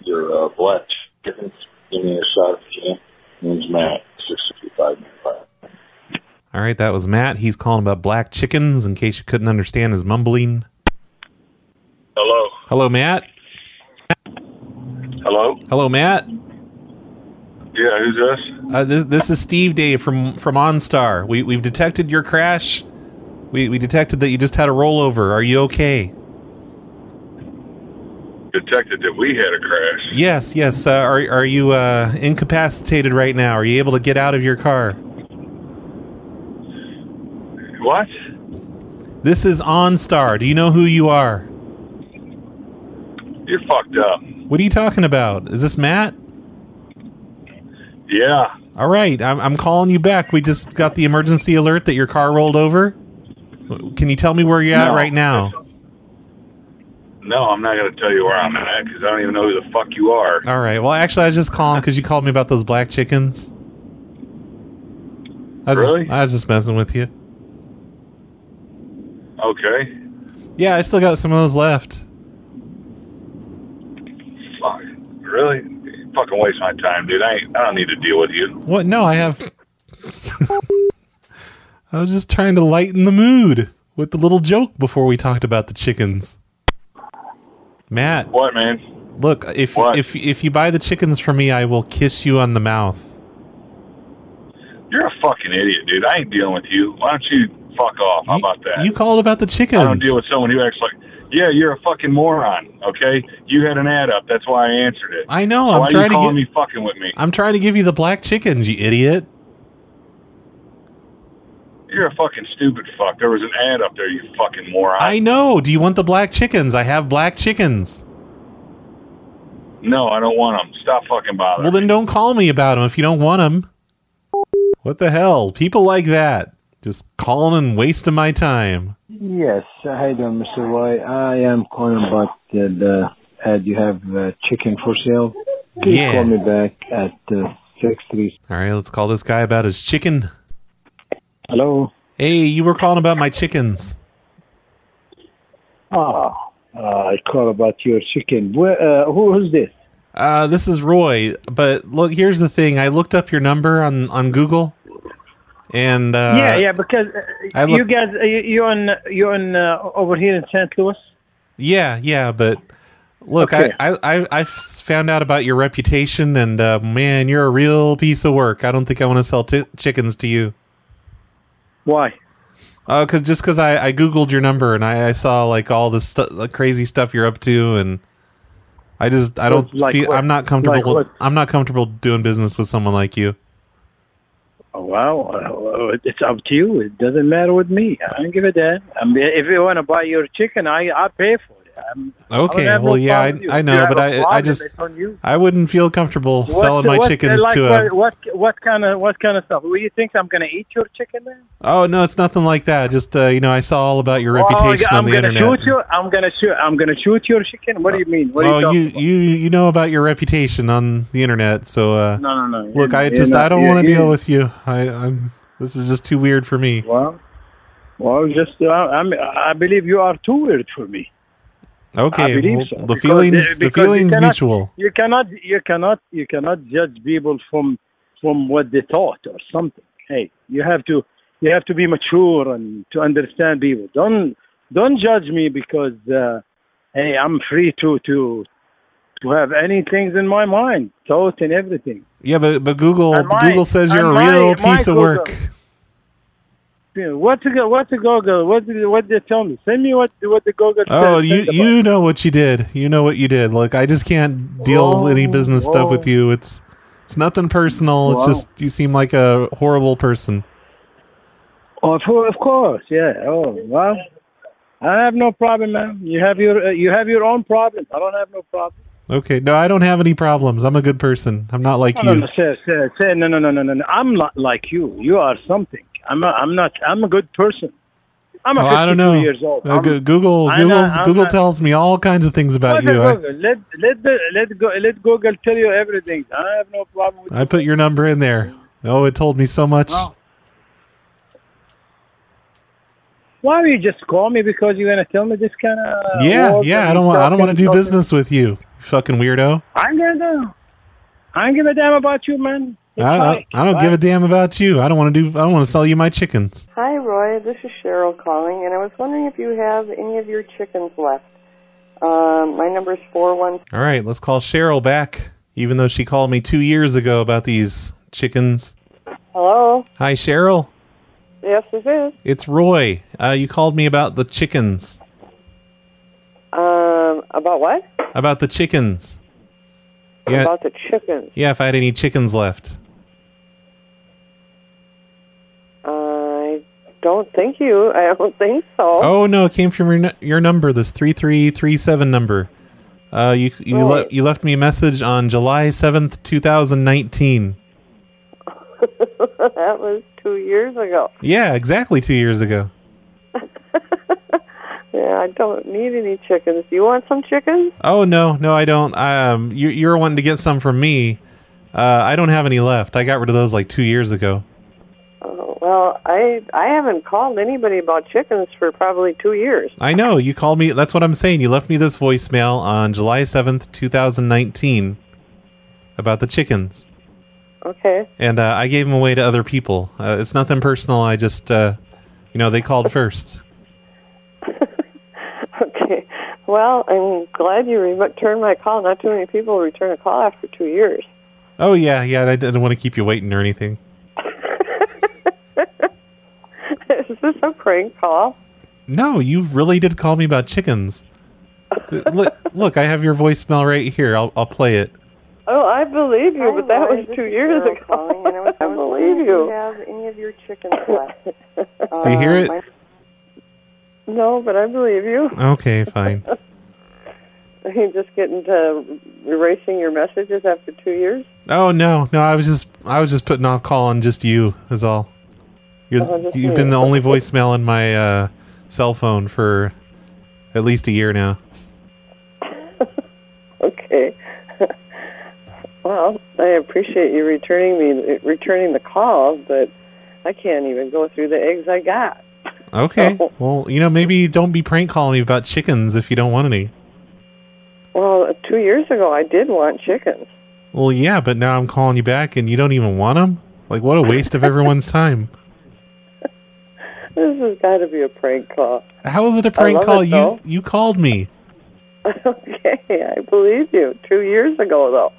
S11: your uh, black chickens. Give me a shot if you can. Name's Matt, six sixty five.
S2: All right, that was Matt. He's calling about black chickens in case you couldn't understand his mumbling.
S11: Hello.
S2: Hello, Matt.
S11: Hello.
S2: Hello, Matt.
S11: Yeah, who's this?
S2: Uh, this, this is Steve Dave from from OnStar. We we've detected your crash. We we detected that you just had a rollover. Are you okay?
S11: Detected that we had a crash.
S2: Yes, yes. Uh, are are you uh, incapacitated right now? Are you able to get out of your car?
S11: What?
S2: This is OnStar. Do you know who you are?
S11: You're fucked up.
S2: What are you talking about? Is this Matt?
S11: Yeah.
S2: All right, I'm I'm calling you back. We just got the emergency alert that your car rolled over. Can you tell me where you're at
S11: No.
S2: right now?
S11: No, I'm not going to tell you where I'm at because I don't even know who the fuck you are.
S2: All right. Well, actually, I was just calling because you called me about those black chickens. I was
S11: Really?
S2: Just, I was just messing with you.
S11: Okay.
S2: Yeah, I still got some of those left.
S11: Fuck. Really? You fucking waste my time, dude. I ain't, I don't need to deal with you.
S2: What? No, I have. I was just trying to lighten the mood with the little joke before we talked about the chickens. Matt,
S11: What, man?
S2: look if if if you buy the chickens from me, I will kiss you on the mouth.
S11: You're a fucking idiot, dude. I ain't dealing with you. Why don't you fuck off? How about that?
S2: You called about the chickens.
S11: I don't deal with someone who acts like, yeah, you're a fucking moron. Okay, you had an ad up. That's why I answered it.
S2: I know.
S11: why
S2: I'm trying
S11: are you calling
S2: to
S11: me fucking with me?
S2: get. I'm trying to give you the black chickens, you idiot.
S11: You're a fucking stupid fuck. There was an ad up there. You fucking moron.
S2: I know. Do you want the black chickens? I have black chickens.
S11: no, I don't want them. Stop fucking bothering.
S2: Well, then don't call me about them if you don't want them. What the hell? People like that. Just calling and wasting my time.
S12: Yes. How you doing, Mr. Roy? I am calling about uh, the ad you have uh, chicken for sale. Please
S2: Yeah.
S12: call me back at uh, 63.
S2: All right, let's call this guy about his chicken.
S12: Hello.
S2: Hey, you were calling about my chickens.
S12: Ah, uh, I call about your chicken. Where, uh, who is this?
S2: Uh, this is Roy. But look, here's the thing. I looked up your number on on Google, and uh,
S13: yeah, yeah, because uh,
S2: I
S13: you
S2: look-
S13: guys, uh, you- you're on, you're on uh, over here in St. Louis.
S2: Yeah, yeah, but look,
S13: Okay.
S2: I, I, I, I found out about your reputation, and uh, man, you're a real piece of work. I don't think I want to sell t- chickens to you.
S13: Why?
S2: Uh, cause just because I, I googled your number and I, I saw like all this stu- like, crazy stuff you're up to, and I just I don't
S12: Like
S2: feel
S12: what?
S2: I'm not comfortable.
S12: Like what?
S2: I'm not comfortable doing business with someone like you.
S12: Oh, wow. Uh, it's up to you. It doesn't matter with me. I don't give a damn.
S13: I mean, if you want to buy your chicken, I I pay for it. I'm,
S2: Okay,
S13: have no
S2: well, yeah,
S13: problem with you.
S2: I, I
S13: If
S2: know,
S13: you
S2: but
S13: have a
S2: I I
S13: problem,
S2: just
S13: it's on you.
S2: I wouldn't feel comfortable selling my
S13: what,
S2: chickens
S13: like,
S2: to uh, a
S13: what, what what kind of what kind of stuff? Well, you think I'm going to eat your chicken then?
S2: Oh no, it's nothing like that. Just uh, you know, I saw all about your
S13: Oh,
S2: reputation
S13: I'm
S2: on the
S13: gonna
S2: internet.
S13: Shoot you, I'm going to shoot. I'm going to shoot your chicken. What do you mean? What are
S2: oh,
S13: you
S2: you, you you know about your reputation on the internet, so uh,
S13: talking? No, no, no.
S2: look, I
S13: You're
S2: just
S13: not-
S2: I don't
S13: you're-
S2: want to
S13: you're-
S2: deal with you. I, I'm this is just too weird for me.
S13: Well, well, just uh, I'm, I believe you are too weird for me. I
S2: Okay,
S13: believe
S2: well,
S13: so,
S2: the
S13: because-
S2: feelings the
S13: because you
S2: feelings
S13: cannot-
S2: mutual.
S13: You cannot, you cannot, you cannot judge people from from what they thought or something. Hey, you have to, you have to be mature and to understand people. Don't don't judge me because uh, hey, I'm free to to to have any things in my mind, thought and everything.
S2: Yeah, but but Google
S13: And my-
S2: Google says you're
S13: and
S2: a real
S13: my- my
S2: piece of
S13: Google-
S2: work.
S13: people. What to go? What to Google? What did, what they tell me? Send me what what the Google.
S2: Oh,
S13: said.
S2: you you know what you did. You know what you did. Look, I just can't deal with any business stuff with you. It's it's nothing personal.
S13: Wow.
S2: It's just you seem like a horrible person.
S13: Oh, of course, of course, yeah. Oh, well, I have no problem, man. You have your uh, you have your own problem. I don't have no problem.
S2: Okay, no, I don't have any problems. I'm a good person. I'm not like
S13: No, no,
S2: you.
S13: no, sir, sir, sir, no, no, no, no, no, no. I'm not like you. You are something. I'm not. I'm not. I'm a good person. I'm a
S2: Oh, I
S13: 52
S2: don't know.
S13: years old.
S2: Uh,
S13: I'm-
S2: Go- Google
S13: I'm
S2: Google
S13: not- I'm
S2: Google
S13: not-
S2: tells me all kinds of things about
S13: What the
S2: you. I,
S13: Google? Let let the let go let Google tell you everything. I have no problem with.
S2: I put your number in there. Oh, it told me so much.
S13: Oh. Why don't you just call me because you're gonna tell me this kind of
S2: yeah, yeah. I don't want I don't want to do business with you, fucking weirdo.
S13: I'm gonna. I don't give a damn about you, man.
S2: I, I, I don't give a damn about you. I don't want to do. I don't want to sell you my chickens.
S14: Hi, Roy. This is Cheryl calling, and I was wondering if you have any of your chickens left. Um, my number is four one.
S2: All right, let's call Cheryl back, even though she called me two years ago about these chickens.
S14: Hello.
S2: Hi, Cheryl.
S14: Yes, this is.
S2: It's Roy. Uh, you called me about the chickens.
S14: Um, about what?
S2: About the chickens. Yeah,
S14: About the chickens.
S2: yeah. If I had any chickens left,
S14: I don't think you. I don't think so.
S2: Oh no, it came from your nu- your number, this three three three seven number. Uh, you you
S14: Oh.
S2: le- you left me a message on July seventh, two thousand nineteen.
S14: that was two years ago.
S2: Yeah, exactly two years ago.
S14: Yeah, I don't need any chickens. Do you want some chickens?
S2: Oh no, no, I don't. Um, you you're wanting to get some from me. Uh, I don't have any left. I got rid of those like two years ago.
S14: Oh, well, I I haven't called anybody about chickens for probably two years.
S2: I know you called me. That's what I'm saying. You left me this voicemail on July seventh, two thousand nineteen, about the chickens.
S14: Okay.
S2: and uh, I gave them away to other people. Uh, it's nothing personal. I just, uh, you know, they called first.
S14: Okay. Well, I'm glad you returned my call. Not too many people return a call after two years.
S2: Oh yeah, yeah. I didn't want to keep you waiting or anything.
S14: Is this a prank call?
S2: No, you really did call me about chickens. look, look, I have your voicemail right here. I'll, I'll play it.
S14: Oh, I believe you, but that
S15: Roy. Oh,
S14: was
S15: This
S14: two
S15: is
S14: years
S15: Cheryl
S14: ago.
S15: calling, and I was- I was
S14: believe
S15: wondering if
S14: you.
S15: you have
S14: any of your chickens left?
S2: Do you hear
S15: Um,
S2: it?
S14: no, but I believe you.
S2: Okay, fine.
S14: you just getting to erasing your messages after two years?
S2: Oh no, no. I was just, I was just putting off calling just you is all. You're,
S14: Oh, just
S2: you've
S14: me.
S2: been the only voicemail in my uh, cell phone for at least a year now.
S14: Okay. well, I appreciate you returning me returning the call, but I can't even go through the eggs I got.
S2: Okay.
S14: Oh.
S2: Well, you know, maybe don't be prank calling me about chickens if you don't want any.
S14: Well, two years ago I did want chickens.
S2: Well, yeah, but now I'm calling you back and you don't even want them? Like, what a waste of everyone's time.
S14: This has got to be a prank call.
S2: How is it a
S14: I
S2: prank
S14: love
S2: call?
S14: it,
S2: you
S14: though.
S2: you called me.
S14: okay, I believe you. Two years ago,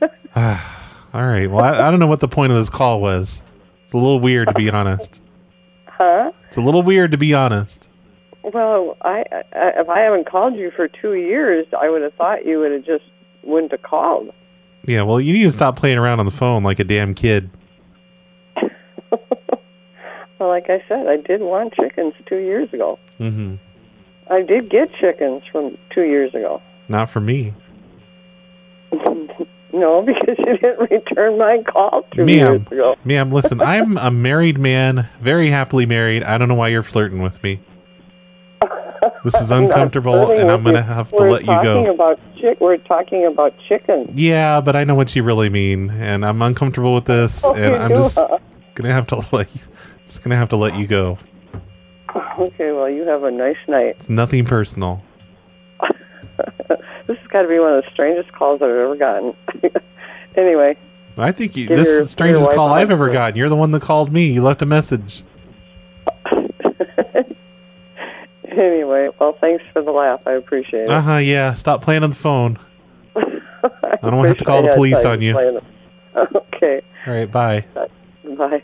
S14: though.
S2: All right. Well, I, I don't know what the point of this call was. It's a little weird, to be honest.
S14: Huh?
S2: It's a little weird, to be honest.
S14: Well, I, I if I haven't called you for two years, I would have thought you would have just wouldn't have called.
S2: Yeah, well, you need
S14: Hmm.
S2: to stop playing around on the phone like a damn kid.
S14: Well, like I said, I did want chickens two years ago. Mm-hmm.
S2: hmm
S14: I did get chickens from two years ago.
S2: Not for me.
S14: No, because you didn't return my call two years
S2: Ma'am,
S14: ago.
S2: ma'am, listen, I'm a married man, very happily married. I don't know why you're flirting with me. This is
S14: I'm not
S2: uncomfortable,
S14: flirting
S2: and I'm
S14: with
S2: going to
S14: you.
S2: have to
S14: We're
S2: let you go.
S14: talking About chick- we're talking about chickens.
S2: Yeah, but I know what you really mean, and I'm uncomfortable with this,
S14: Oh,
S2: and
S14: you
S2: I'm
S14: do,
S2: just
S14: huh?
S2: gonna have to let you, just gonna have to let you go.
S14: Okay, well, you have a nice night.
S2: It's nothing personal.
S14: This has got to be one of the strangest calls I've ever gotten. anyway,
S2: I think you,
S14: Give
S2: this
S14: your-
S2: is the
S14: give
S2: strangest
S14: your wife
S2: call
S14: a
S2: I've
S14: hug
S2: ever gotten. You're the one that called me. You left a message.
S14: anyway, well, thanks for the laugh. I appreciate it.
S2: Uh huh. Yeah. Stop playing on the phone. I don't want to have to call the police on you.
S14: Okay.
S2: All right. Bye.
S14: Bye.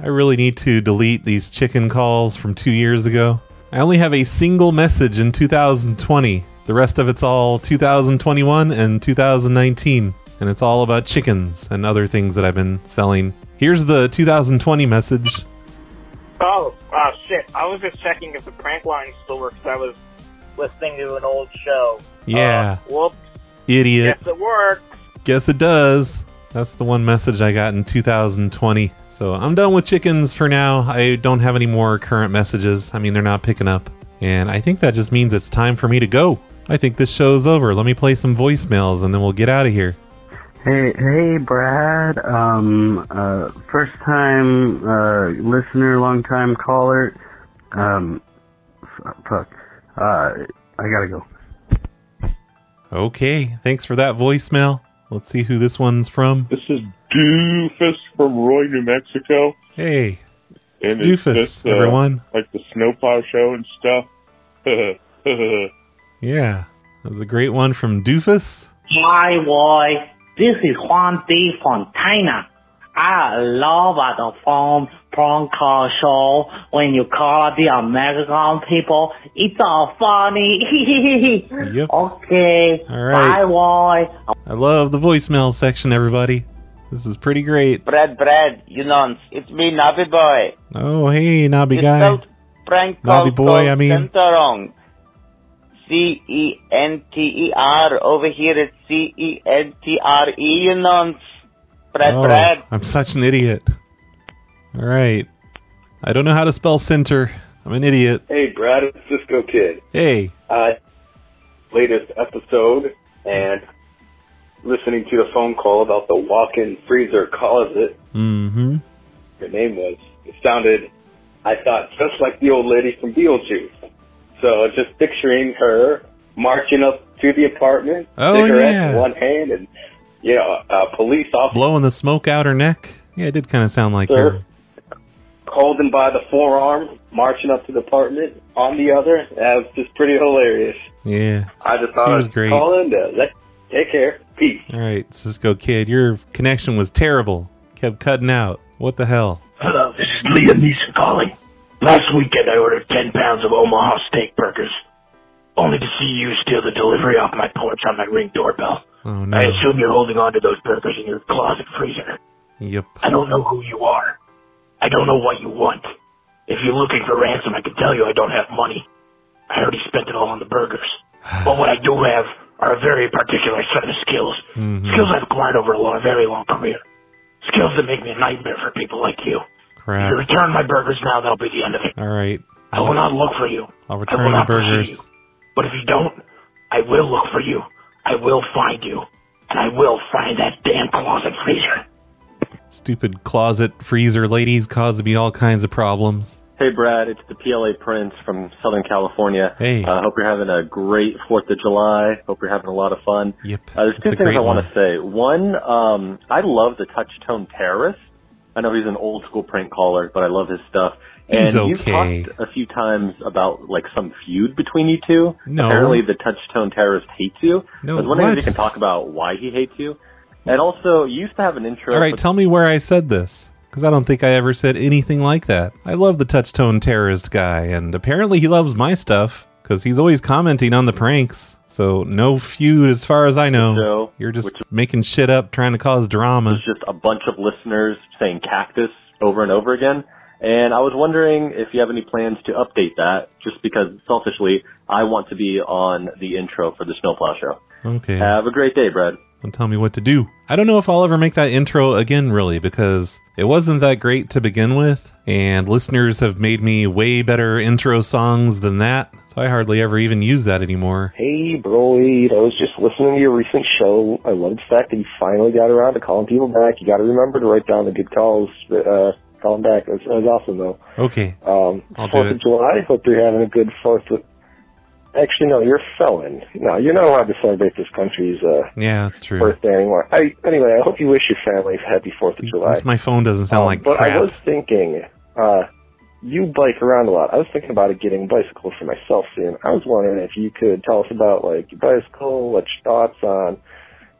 S2: I really need to delete these chicken calls from two years ago. I only have a single message in 2020. The rest of it's all 2021 and 2019. And it's all about chickens and other things that I've been selling. Here's the 2020 message.
S15: Oh, uh, shit. I was just checking if the prank line still works. I was listening to an old show.
S2: Yeah.
S16: Oh.
S15: Uh, whoops.
S2: Idiot.
S15: Yes, it worked.
S2: Guess it does. That's the one message I got in 2020. So I'm done with chickens for now. I don't have any more current messages. I mean, they're not picking up. And I think that just means it's time for me to go. I think this show's over. Let me play some voicemails and then we'll get out of here.
S17: Hey, hey, Brad. Um, uh, first time uh, listener, long time caller. Um, f- fuck. Uh, I gotta go.
S2: Okay. Thanks for that voicemail. Let's see who this one's from.
S18: This is Doofus from Roy, New Mexico.
S2: Hey. It's
S18: And
S2: Doofus,
S18: just, uh,
S2: everyone.
S18: Like the snowplow show and stuff.
S2: Yeah. That was a great one from Doofus.
S19: Hi, boy. This is Juan D. Fontana. I love the phone prank call show when you call the American people. It's all funny.
S2: Yep.
S19: Okay.
S2: All right.
S19: Bye, boy.
S2: I love the voicemail section, everybody. This is pretty great.
S20: Brad, Brad, you nonce. It's me, Navi Boy.
S2: Oh, hey, knobby
S20: you
S2: guy.
S20: spelled prank call
S2: Navi boy, I mean.
S20: center wrong. C E N T E R. Over here it's C E N T R E, you nonce. Brad, Brad.
S2: Oh, I'm such an idiot. All right. I don't know how to spell center. I'm an idiot.
S16: Hey, Brad, it's Cisco Kid.
S2: Hey.
S16: Uh, latest episode and listening to the phone call about the walk-in freezer closet.
S2: Mm-hmm.
S16: Your name was. It sounded, I thought, just like the old lady from Beetlejuice. So just picturing her marching up to the apartment,
S2: Oh,
S16: cigarette in
S2: yeah.
S16: one hand, and you know, a police officer
S2: Blowing the smoke out her neck. Yeah, it did kind of sound like
S16: Sure.
S2: her.
S16: holding by the forearm, marching up to the apartment on the other. That was just pretty hilarious.
S2: Yeah.
S16: I just
S2: She
S16: thought
S2: was
S16: I'd
S2: great.
S16: call in to let, take care. Peace.
S2: All right, Cisco Kid, your connection was terrible. Kept cutting out. What the hell?
S21: Hello, this is Liam Neeson calling. Last weekend I ordered 10 pounds of Omaha steak burgers, only to see you steal the delivery off my porch on my ring doorbell.
S2: Oh, no.
S21: I assume you're holding on to those burgers in your closet freezer.
S2: Yep.
S21: I don't know who you are. I don't know what you want. If you're looking for ransom, I can tell you I don't have money. I already spent it all on the burgers. But what I do have are a very particular set of skills.
S14: Hmm.
S2: Mm-hmm.
S21: Skills I've acquired over a long, very long career. Skills that make me a nightmare for people like you. If
S2: Crap.
S21: you return my burgers now, that'll be the end of it.
S2: All right.
S21: I will not look for you.
S2: I'll
S21: I will
S2: return the
S21: not
S2: burgers.
S21: But if you don't, I will look for you. I will find you. And I will find that damn closet freezer.
S2: Stupid closet freezer ladies caused me all kinds of problems.
S22: Hey, Brad, it's the PLA Prince from Southern California.
S2: Hey.
S22: Uh, hope you're having a great 4th of July. Hope you're having a lot of fun.
S2: Yep.
S22: Uh, there's two
S2: a
S22: things
S2: great
S22: I want to say. One, um, I love the Touchtone Terrorist. I know he's an old school prank caller, but I love his stuff.
S2: He's
S22: and
S2: okay.
S22: you've talked a few times about like some feud between you two.
S2: No.
S22: Apparently, the Touchtone Terrorist hates you.
S2: No,
S22: I was wondering
S2: what?
S22: if you can talk about why he hates you. And also, you used to have an intro.
S2: All
S22: with
S2: right, tell me where I said this. Because I don't think I ever said anything like that. I love the touchtone terrorist guy, and apparently he loves my stuff. Because he's always commenting on the pranks. So no feud as far as I know. You're just making shit up, trying to cause drama.
S22: just a bunch of listeners saying cactus over and over again. And I was wondering if you have any plans to update that, just because selfishly, I want to be on the intro for the Snowplow Show.
S2: Okay.
S22: Have a great day, Brad.
S2: and tell me what to do. I don't know if I'll ever make that intro again, really, because it wasn't that great to begin with, and listeners have made me way better intro songs than that, so I hardly ever even use that anymore.
S23: Hey, Broly, I was just listening to your recent show. I love the fact that you finally got around to calling people back. You got to remember to write down the good calls. but, Uh, call them back. That's, that's awesome, though.
S2: Okay.
S23: Um,
S2: I'll do
S23: Fourth of
S2: it.
S23: July. Hope you're having a good Fourth. Of... Actually, no, you're a felon. No, you're not allowed to celebrate this country's uh,
S2: Yeah, that's true.
S23: birthday anymore. I, anyway, I hope you wish your family a happy Fourth of July.
S2: Unless my phone doesn't sound like
S23: Um, But I
S2: crap.
S23: was thinking, uh, you bike around a lot. I was thinking about getting a bicycle for myself soon. I was wondering if you could tell us about like your bicycle, what your thoughts on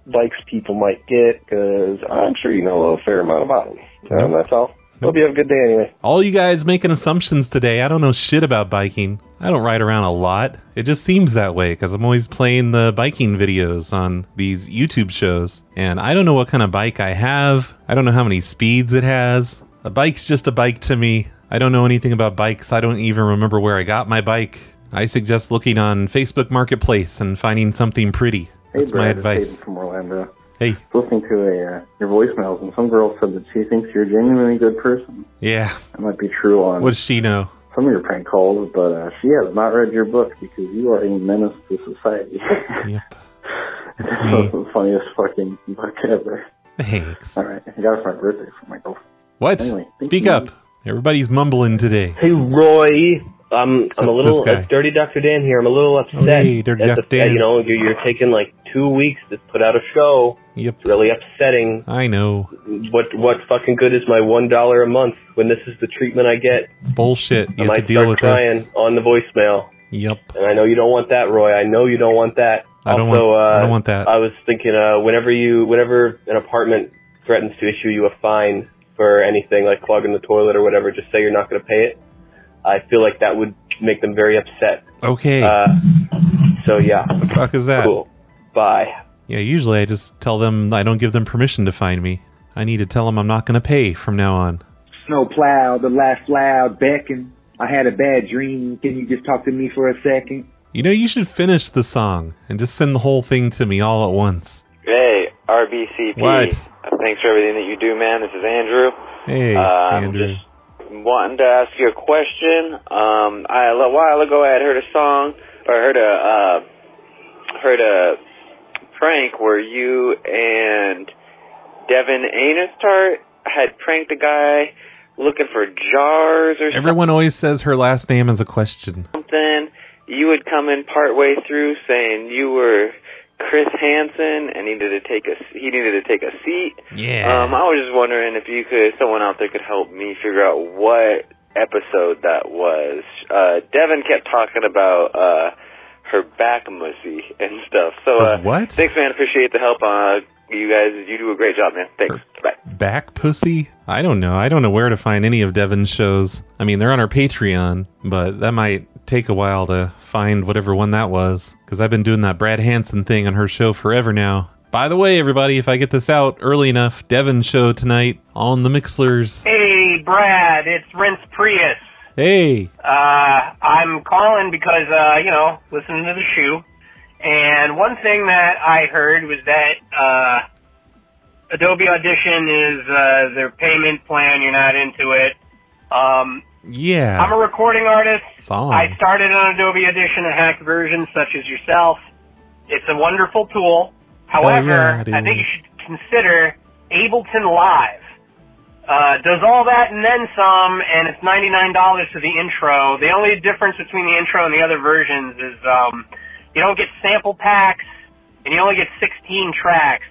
S23: bikes people might get, because I'm sure you know a fair amount about them. Um, that's all. Hope you have a good day anyway.
S2: All you guys making assumptions today. I don't know shit about biking. I don't ride around a lot. It just seems that way because I'm always playing the biking videos on these YouTube shows. And I don't know what kind of bike I have. I don't know how many speeds it has. A bike's just a bike to me. I don't know anything about bikes. I don't even remember where I got my bike. I suggest looking on Facebook Marketplace and finding something pretty.
S24: Hey,
S2: That's
S24: Brad,
S2: my
S24: it's
S2: advice.
S24: Hayden from Orlando.
S2: Hey.
S24: I was listening to a uh, your voicemails, and some girl said that she thinks you're a genuinely good person.
S2: Yeah.
S24: That might be true on
S2: What does she know?
S24: some of your prank calls, but uh, she has not read your book because you are a menace to society.
S2: yep.
S24: It's me. the funniest fucking book ever.
S2: Thanks.
S24: All right, I got it for my birthday from my girlfriend.
S2: What?
S24: Anyway, thank
S2: Speak
S24: you.
S2: up. Everybody's mumbling today.
S25: Hey Roy, um, I'm
S2: Except
S25: a little
S2: this guy.
S25: uh, dirty, Doctor Dan here. I'm a little upset.
S2: Hey, Dirty
S25: at the
S2: Dr.
S25: fact-
S2: Dan.
S25: You know, you're, you're taking like two weeks to put out a show.
S2: Yep.
S25: It's really upsetting.
S2: I know.
S25: What what fucking good is my one dollar a month when this is the treatment I get?
S2: It's bullshit.
S25: I
S2: You have
S25: might
S2: to deal
S25: start
S2: with
S25: crying
S2: this.
S25: on the voicemail,
S2: Yep.
S25: and I know you don't want that, Roy. I know you don't want that.
S2: I don't
S25: also,
S2: want-
S25: Uh,
S2: I don't want that.
S25: I was thinking, uh, whenever you, whenever an apartment threatens to issue you a fine for anything like clogging the toilet or whatever, just say you're not going to pay it. I feel like that would make them very upset.
S2: Okay.
S25: Uh, so yeah.
S2: the fuck is that?
S25: Cool. Bye.
S2: Yeah, usually I just tell them I don't give them permission to find me. I need to tell them I'm not going to pay from now on.
S5: Snow plow, the last loud beckon. I had a bad dream. Can you just talk to me for a second?
S2: You know, you should finish the song and just send the whole thing to me all at once.
S26: Hey, RBCP.
S2: What?
S26: Uh, Thanks for everything that you do, man. This is Andrew.
S2: Hey,
S25: Uh,
S16: Uh,
S26: Um,
S2: Andrew.
S26: Wanting to ask you a question. Um, I, a little while ago, I had heard a song or heard a uh, heard a prank where you and Devin Anistart had pranked a guy looking for jars or
S2: Everyone always says her last name is a question.
S26: something. You would come in partway through saying you were Chris Hansen and he needed to take a he needed to take a seat.
S2: Yeah.
S26: Um, I was just wondering if you could, someone out there could help me figure out what episode that was. Uh, Devin kept talking about uh, her back mussy and stuff. So
S2: Her
S26: uh,
S2: what?
S26: Thanks, man. Appreciate the help. Uh, you guys, you do a great job, man. Thanks. Bye.
S2: Back pussy? I don't know. I don't know where to find any of Devin's shows. I mean, they're on our Patreon, but that might take a while to find whatever one that was because I've been doing that Brad Hansen thing on her show forever now. By the way, everybody, if I get this out early enough, Devin's show tonight on the Mixlers.
S27: Hey, Brad, it's Rince Prius.
S2: Hey,
S27: Uh, I'm calling because, uh, you know, listening to the shoe. And one thing that I heard was that uh, Adobe Audition is uh, their payment plan. You're not into it. Um,
S2: yeah.
S27: I'm a recording artist.
S2: Song.
S27: I started on Adobe Audition and hacked versions such as yourself. It's a wonderful tool. However,
S2: Hell Oh, yeah, it
S27: I think you
S2: is.
S27: should consider Ableton Live. Uh, does all that and then some, and it's $99 for the intro. The only difference between the intro and the other versions is um, you don't get sample packs, and you only get 16 tracks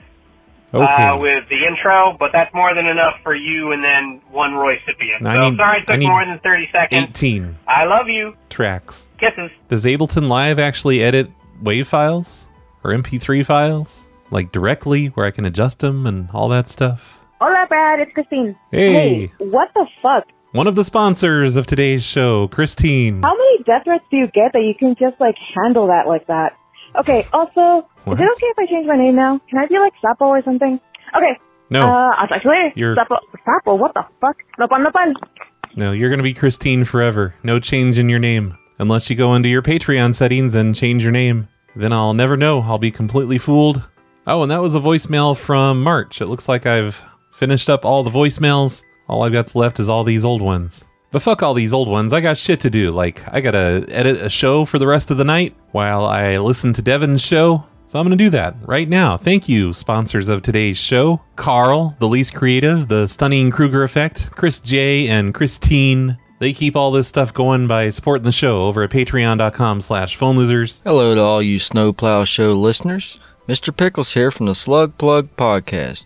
S2: Okay.
S27: uh, with the intro, but that's more than enough for you and then one Roy Cipien.
S2: I
S27: so
S2: need-
S27: sorry it
S2: I
S27: took
S2: need
S27: more than 30 seconds.
S2: 18
S27: I love you.
S2: tracks.
S27: Kisses.
S2: Does Ableton Live actually edit WAV files or MP3 files? Like directly, where I can adjust them and all that stuff?
S28: Hola, Brad. It's Christine.
S2: Hey.
S28: what the fuck?
S2: One of the sponsors of today's show, Christine.
S28: How many death threats do you get that you can just like handle that like that? Okay. Also, is
S2: What?
S28: it okay if I change my name now? Can I be like Sapo or something? Okay.
S2: No.
S28: Uh, I'll talk to you later.
S2: You're-
S28: Sapo. Sapo. What the fuck? Nopal. Nopal.
S2: No, you're going to be Christine forever. No change in your name. Unless you go into your Patreon settings and change your name. Then I'll never know. I'll be completely fooled. Oh, and that was a voicemail from March. It looks like I've finished up all the voicemails. All I've got left is all these old ones. But fuck all these old ones. I got shit to do. Like, I got to edit a show for the rest of the night while I listen to Devin's show. So I'm going to do that right now. Thank you, sponsors of today's show Carl, The Least Creative, The Stunning Kruger Effect, Chris J, and Christine. They keep all this stuff going by supporting the show over at patreon.com slash phone losers.
S29: Hello to all you Snowplow Show listeners. Mr. Pickles here from the Slug Plug Podcast,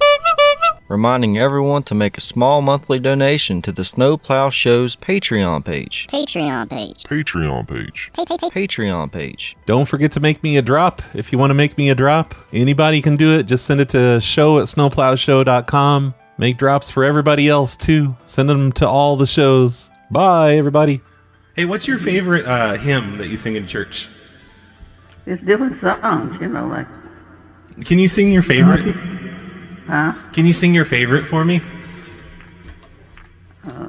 S29: reminding everyone to make a small monthly donation to the Snowplow Show's Patreon page.
S30: Patreon page.
S2: Patreon page.
S29: Patreon page.
S2: Don't forget to make me a drop. If you want to make me a drop, anybody can do it. Just send it to show at snowplowshow.com. Make drops for everybody else too. Send them to all the shows. Bye, everybody. Hey, what's your favorite uh, hymn that you sing in church?
S3: It's different songs, you know, like,
S2: Can you sing your favorite?
S3: huh?
S2: Can you sing your favorite for me?
S3: Uh,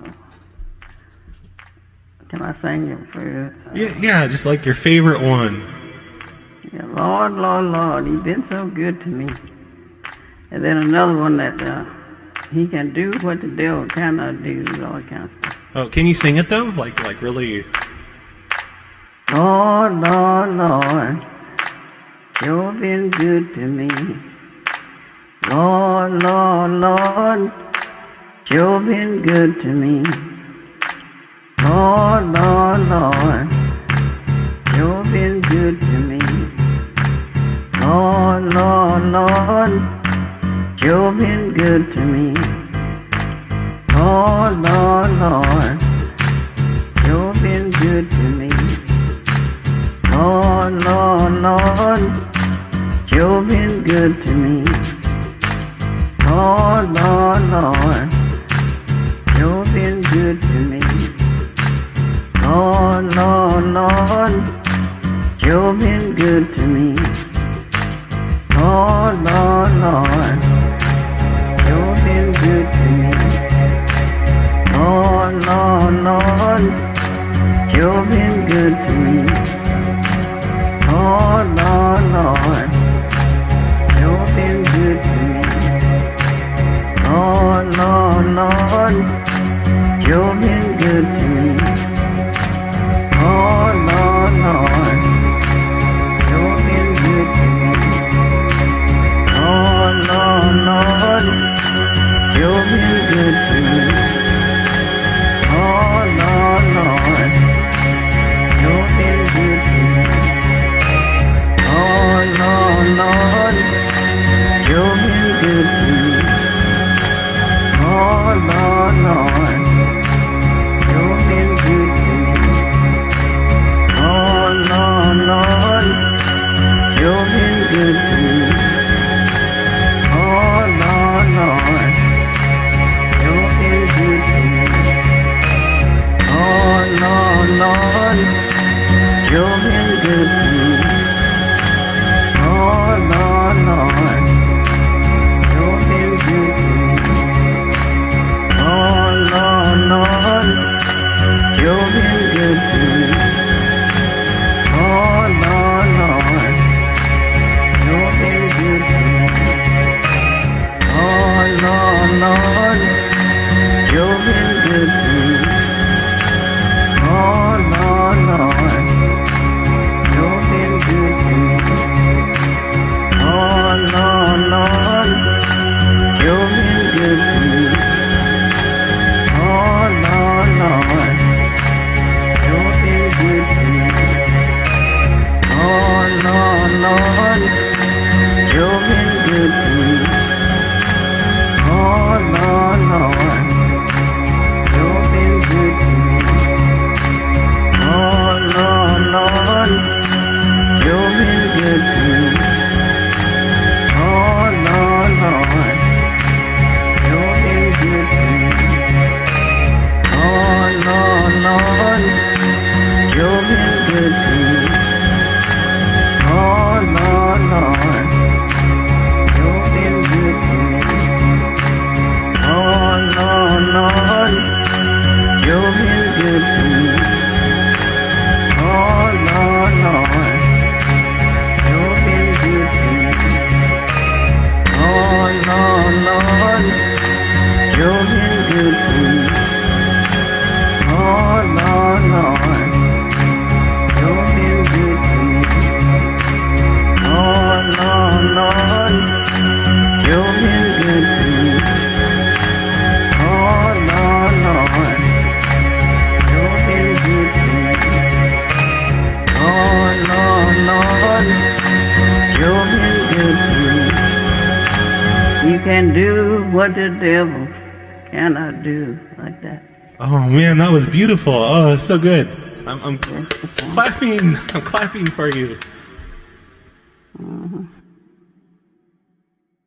S3: can I sing it for you?
S2: Yeah, yeah, just like your favorite one.
S3: Yeah, Lord, Lord, Lord, you've been so good to me. And then another one that uh, he can do what the devil cannot do, all that kind of stuff.
S2: Oh, can you sing it though? Like, like really?
S3: Lord, Lord, Lord, you've been good to me. Lord, Lord, Lord, you've been good to me. Lord, Lord, Lord, you've been good to me. Lord, Lord, Lord, you've been good to me. Lord, Lord, Lord, you've been good to me. Lord, Lord, Lord, you've been good to me. Lord, Lord, Lord, you've been good to me. Lord, Lord, Lord, you've been good to me. Lord, Lord, Lord, you've been good to me. Lord, Lord, Lord, you've been good to me. Lord, Lord, Lord, you've been good to me. Lord, Lord, Lord, you've been good to me. Lord, Lord, Lord, you've been good to me. Lord, Lord, Lord, you've been good to me. Lord, Lord, Lord, you've been good to me. Lord, Lord, Lord, you've been good to me. Lord, Lord, Lord, you've been good to me. Lord, Lord, Lord, you've been good to me. Lord, Lord, Lord, you've been good to me. Lord, Lord, Lord, you've been good to me. Lord, Lord, Lord, you've been good to me. Lord, Lord, Lord, you've been good to me. Lord, Lord, Lord, you've been good to me. Lord, Lord, Lord, you've been good to me. Lord, Lord, Lord, you've been good to me. Lord, Lord, Lord, you've been good to me. Lord, Lord, Lord, you've been good to me. Lord, Lord, Lord, you've been good to me. Lord, Lord, Lord, you've been good to me. Lord, Lord, Lord, you've been good to me. Lord, Lord, Lord, you've been good to me. Lord, Lord, Lord, you've been good to me. Lord, Lord, Lord, you've been good to me. Lord, Lord, Lord, you've been good to me. Lord, Lord, Lord, you've been good to me. Lord, Lord, Lord, you've been good to me. Lord, Lord, Lord, you've been good to me. Lord, Lord, Lord, you've been good to me. Lord, Lord, Lord, you've been good to me. Lord, Lord, Lord, you've been good to me. You can do what the devil cannot do, like that.
S2: Oh man, that was beautiful. Oh, that's so good. I'm, I'm clapping. I'm clapping for you.